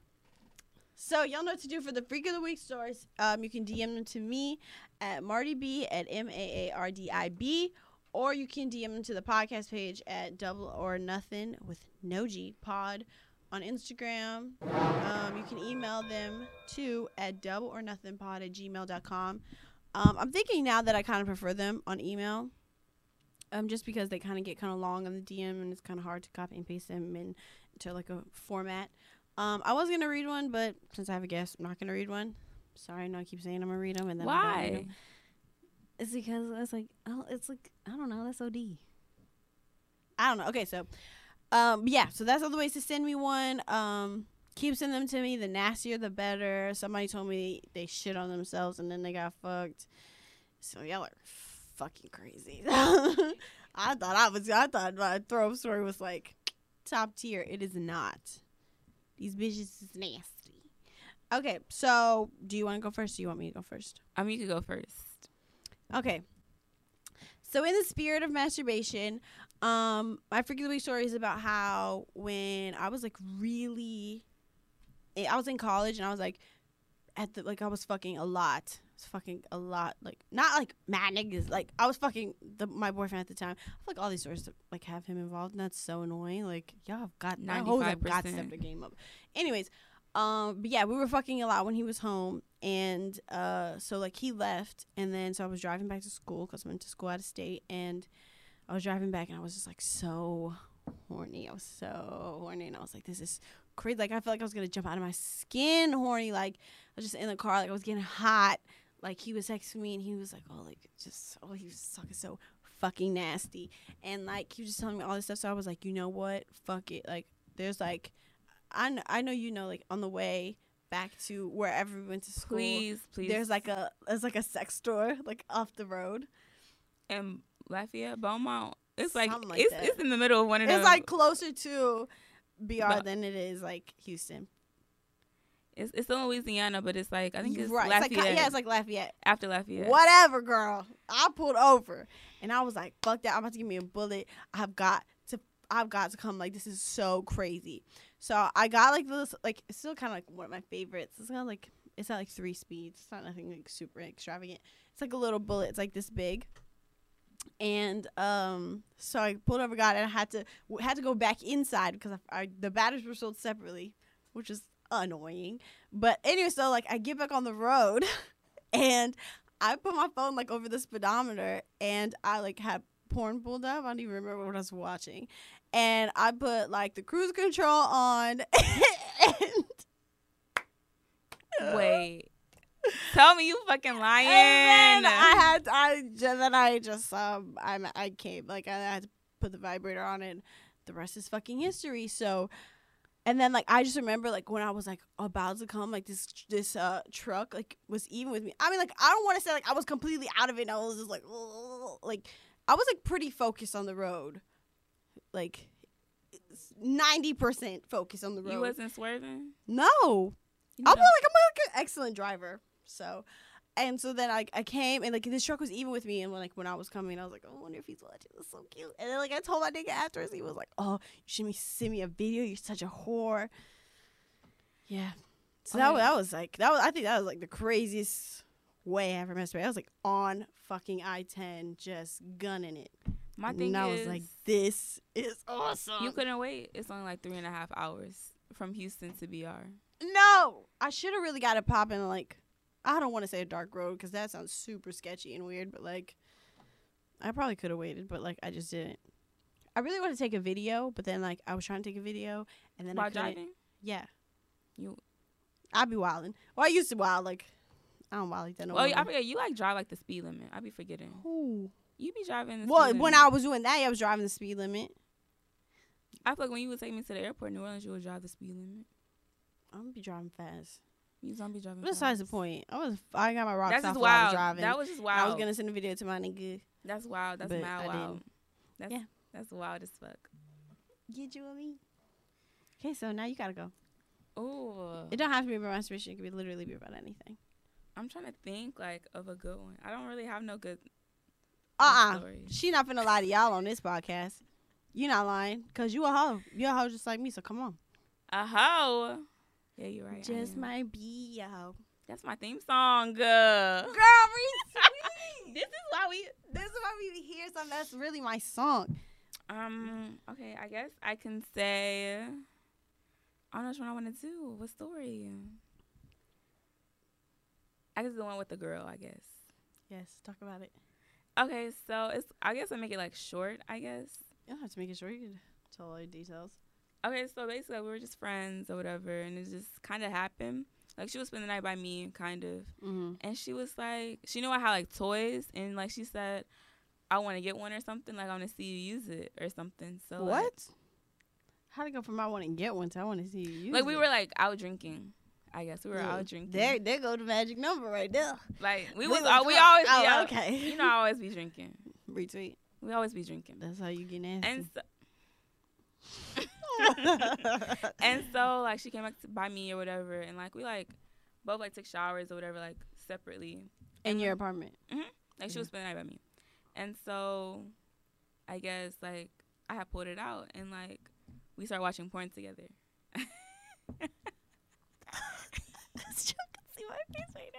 So y'all know what to do for the freak of the week stories. Um, you can DM them to me at Marty B at M A A R D I B, or you can DM them to the podcast page at Double or Nothing with No G Pod on Instagram. Um, you can email them to at double or nothing pod at gmail.com. Um, I'm thinking now that I kind of prefer them on email. Um, just because they kind of get kind of long on the DM and it's kind of hard to copy and paste them into like a format. Um, I was gonna read one, but since I have a guest, I'm not gonna read one. Sorry, no, I keep saying I'm gonna read them and then I don't read
(laughs) Why?
'em. It's because it's like oh, it's like I don't know. That's OD. I don't know. Okay, so um, yeah, so that's all the ways to send me one. Um, keep sending them to me. The nastier, the better. Somebody told me they shit on themselves and then they got fucked. So y'all are fucking crazy. (laughs) I thought I was. I thought my throw story was like top tier. It is not. These bitches is nasty. Okay, so do you want to go first? Or do you want me to go first?
I mean, you could go first.
Okay. So in the spirit of masturbation, um, my freaky week story is about how when I was like really, eh, I I was in college and I was like, at the like I was fucking a lot, I was fucking a lot, like not like mad niggas, like I was fucking the, my boyfriend at the time. I feel like all these stories to, like have him involved, and that's so annoying. Like y'all have got my hoes have got to
95%.
step their game up. Anyways, um, but yeah, we were fucking a lot when he was home, and uh, so like he left, and then so I was driving back to school because I went to school out of state, and I was driving back, and I was just like so horny. I was so horny, and I was like, this is crazy. Like I felt like I was gonna jump out of my skin, horny. Like I was just in the car, like I was getting hot. Like he was texting me, and he was like, oh, like just oh, he was talking so fucking nasty, and like he was just telling me all this stuff. So I was like, you know what, fuck it. Like there's like I know, I know you know like on the way back to wherever we went to school.
Please, please.
There's like a there's like a sex store like off the road.
and Lafayette Beaumont. It's like,
Something like
it's
that.
it's in the middle of one of
It's
them.
like closer to BR
um, But-
than it is like Houston.
it's, it's in Louisiana, but it's like I think it's
It's
Lafayette.
like, yeah, it's like Lafayette.
after Lafayette.
Whatever, girl. I pulled over and I was like, fuck that. I'm about to give me a bullet. I've got to I've got to come. Like this is so crazy. So I got like this like it's still kinda like one of my favorites. It's kinda like it's not like three speeds. It's not nothing like super extravagant. It's like a little bullet. It's like this big. and um, so I pulled over, got it. I had to w- had to go back inside because I, I, the batteries were sold separately, which is annoying. But anyway, so like I get back on the road, (laughs) and I put my phone like over the speedometer, and I like had porn pulled up. I don't even remember what I was watching, and I put like the cruise control on, (laughs) and
Wait. Tell me you fucking lying.
And then I had I ju- then I just um I I came like I had to put the vibrator on it. The rest is fucking history. So, and then like I just remember like when I was like about to come like this this uh truck like was even with me. I mean like I don't want to say like I was completely out of it. and I was just like like I was like pretty focused on the road, like ninety percent focused on the road.
you wasn't swerving?
no,
You
I'm like
don't-
I'm like an excellent driver. So, and so then I I came and like this truck was even with me and when like when I was coming I was like oh, I wonder if he's watching this is so cute and then like I told my nigga afterwards he was like oh you should me send me a video you're such a whore. Yeah. So
Oh,
that, wa-
yeah.
that was like that was I think that was like the craziest way I ever masturbated. I was like on fucking I ten just gunning it.
my thing
and I was
is,
like this is awesome.
you couldn't wait. It's only like three and a half hours from Houston to BR.
No, I should have really got it popping. Like, I don't want to say a dark road because that sounds super sketchy and weird. But like, I probably could have waited, but like, I just didn't. I really want to take a video, but then like, I was trying to take a video, and then I
While
couldn't.
driving?
Yeah,
You
I'd be wilding. Well, I used to wild. Like, I don't wild like that no
well,
more.
I forget you like drive like the speed limit. I be forgetting.
Ooh.
You be driving. The
Well,
speed
when
limit.
I was doing that, yeah, I was driving the speed limit.
I feel like when you would take me to the airport, in New Orleans, you would drive the speed limit.
I'm gonna be driving fast.
You don't be driving.
Besides the
fast.
point, I was I got my rocks
That's
off
just
while I was
wild.
driving.
That was just
And
wild.
I was gonna send a video to my nigga.
That's wild. That's
But
mad
I
wild.
didn't.
That's,
Yeah.
That's wild as fuck.
Get you what I mean? Okay, so now you gotta go.
Oh,
It don't have to be about masturbation. It could be literally be about anything.
I'm trying to think like of a good one. I don't really have no good
Uh uh
story.
She not finna lie to y'all on this podcast. You not lying, cause you a hoe. You a hoe just like me. So come on.
A hoe. Uh-huh. Yeah, you're right. I am.
might be a hoe.
That's my theme song. Uh,
(laughs) Girl, (laughs) we
(laughs) this is why we.
this is why we hear something that's really my song.
Um. Okay. I guess I can say. I don't know which one I want to do. What story? I guess the one with the girl. I guess.
Yes, talk about it.
Okay. So it's. I guess I make it like short. I guess.
You don't have to make it sure you can tell all the details.
Okay. So basically, we were just friends or whatever, and it just kind of happened. Like she was spending the night by me, kind of.
Mm-hmm.
and she was like, she knew I had like toys, and like she said, I want to get one or something. Like I want to see you use it or something. So like-
What? How to go from I want to get one to I want to see you? Use
Like, we
it.
were like out drinking. I guess we were
Yeah.
out drinking.
There, there go the magic number right there.
like we
There
was,
goes
al- we
the-
always
oh,
be out.
okay.
You know, I always be drinking.
(laughs) retweet.
We always
(laughs)
be drinking.
That's how you get nasty.
And so,
(laughs)
(laughs) and so like she came back to, by me or whatever, and like we like both like took showers or whatever like separately.
in your apartment.
Like she
Yeah.
was spending the night by me. And so I guess like I had pulled it out and like we started watching porn together. (laughs)
see my face right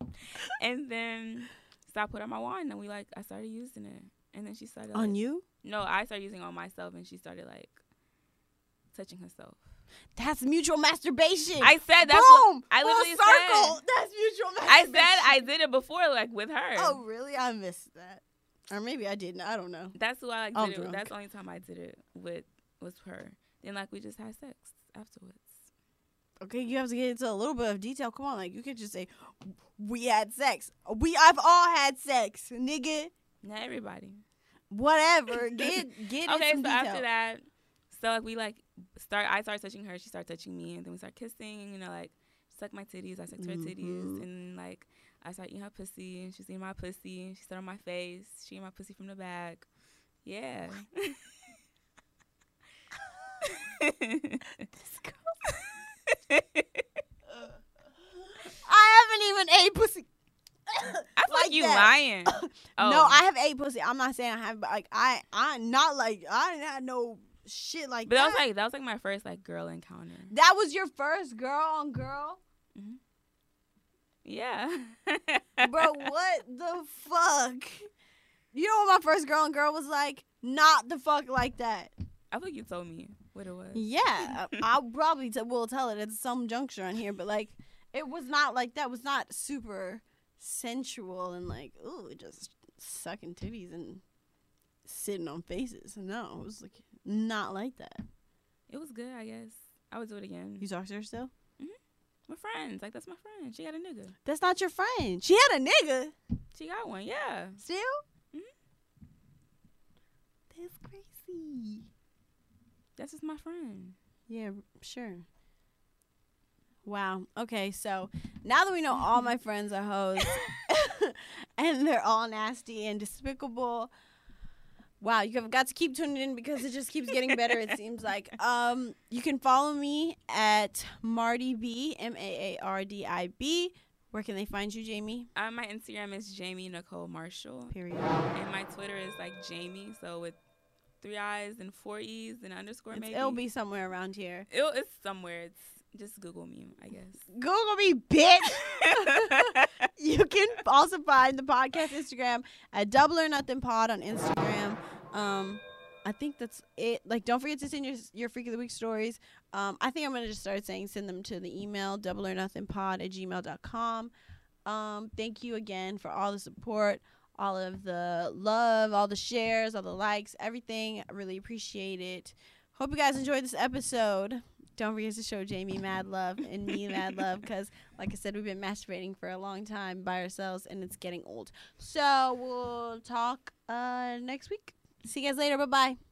now. (laughs)
And then so I put out my wand and we like I started using it. And then she started like,
On you?
No, I started using it on myself and she started like touching herself.
That's mutual masturbation.
I said that's what,
Boom.
I
Full
literally
circle.
said-
That's mutual (laughs)
I
masturbation.
said I did it before like with her.
Oh, really? I missed that. Or maybe I didn't. I don't know.
That's who I like, did
I'm
it.
drunk.
That's the only time I did it with was her. Then like we just had sex afterwards.
Okay, you have to get into a little bit of detail. Come on, like you could just say, "We had sex. We I've all had sex, nigga.
Not everybody.
Whatever.
(laughs)
Get get in
okay,
some
so
detail.
after that, so like we like start. I start touching her. She started touching me, and then we start kissing. You know, like suck my titties. I sucked her titties,
Mhm.
and like I start eating her pussy, and she's eating my pussy. And she sat on my face. She ate my pussy from the back. Yeah. (laughs)
I haven't even ate pussy.
I feel like,
Like
you
that. (coughs)
lying. Oh.
No, I have ate pussy. I'm not saying I have, but like I, I not like I didn't have no shit like
But that
that.
was like that was like my first like girl encounter.
that was your first girl on girl,
Yeah.
bro. what the fuck? You know what my first girl and girl was like? Not the fuck like that.
(laughs) I think you told me what it was.
Yeah,
(laughs)
I- I'll probably t- will tell it at some juncture on here, but like, it was not like that. It was not super sensual and like, ooh, just sucking titties and sitting on faces. No, it was like not like that.
It was good, I guess. I would do it again.
You talk to her still?
We're friends. Like that's my friend. She got a nigga.
That's not your friend. She had a nigga
She got one. Yeah.
still.
Mhm.
That's crazy.
That's just my friend.
Yeah, r- sure. Wow. Okay, so now that we know all my friends are hoes (laughs) and they're all nasty and despicable. Wow, you have got to keep tuning in because it just keeps getting better, it seems (laughs) like. Um, you can follow me at Marty B, M A A R D I B. Where can they find you, Jamie?
Uh, my Instagram is Jamie Nicole Marshall,
Period.
and my Twitter is like Jamie. So with three I's and four E's and an underscore
It's,
maybe.
it'll be somewhere around here.
It'll, it's somewhere. It's just Google me,
(laughs)
I guess. (laughs)
Google me, bitch. (laughs) you can also find the podcast Instagram at Double or Nothing Pod on Instagram. Um, I think that's it. Like, don't forget to send your your freak of the week stories. Um, I think I'm gonna just start saying send them to the email double or nothing pod at gmail.com. Um, thank you again for all the support, all of the love, all the shares, all the likes, everything. I really appreciate it. Hope you guys enjoyed this episode. Don't forget to show Jamie mad love and me mad love because like I said, we've been masturbating for a long time by ourselves and it's getting old. So we'll talk uh, next week. See you guys later. Bye bye.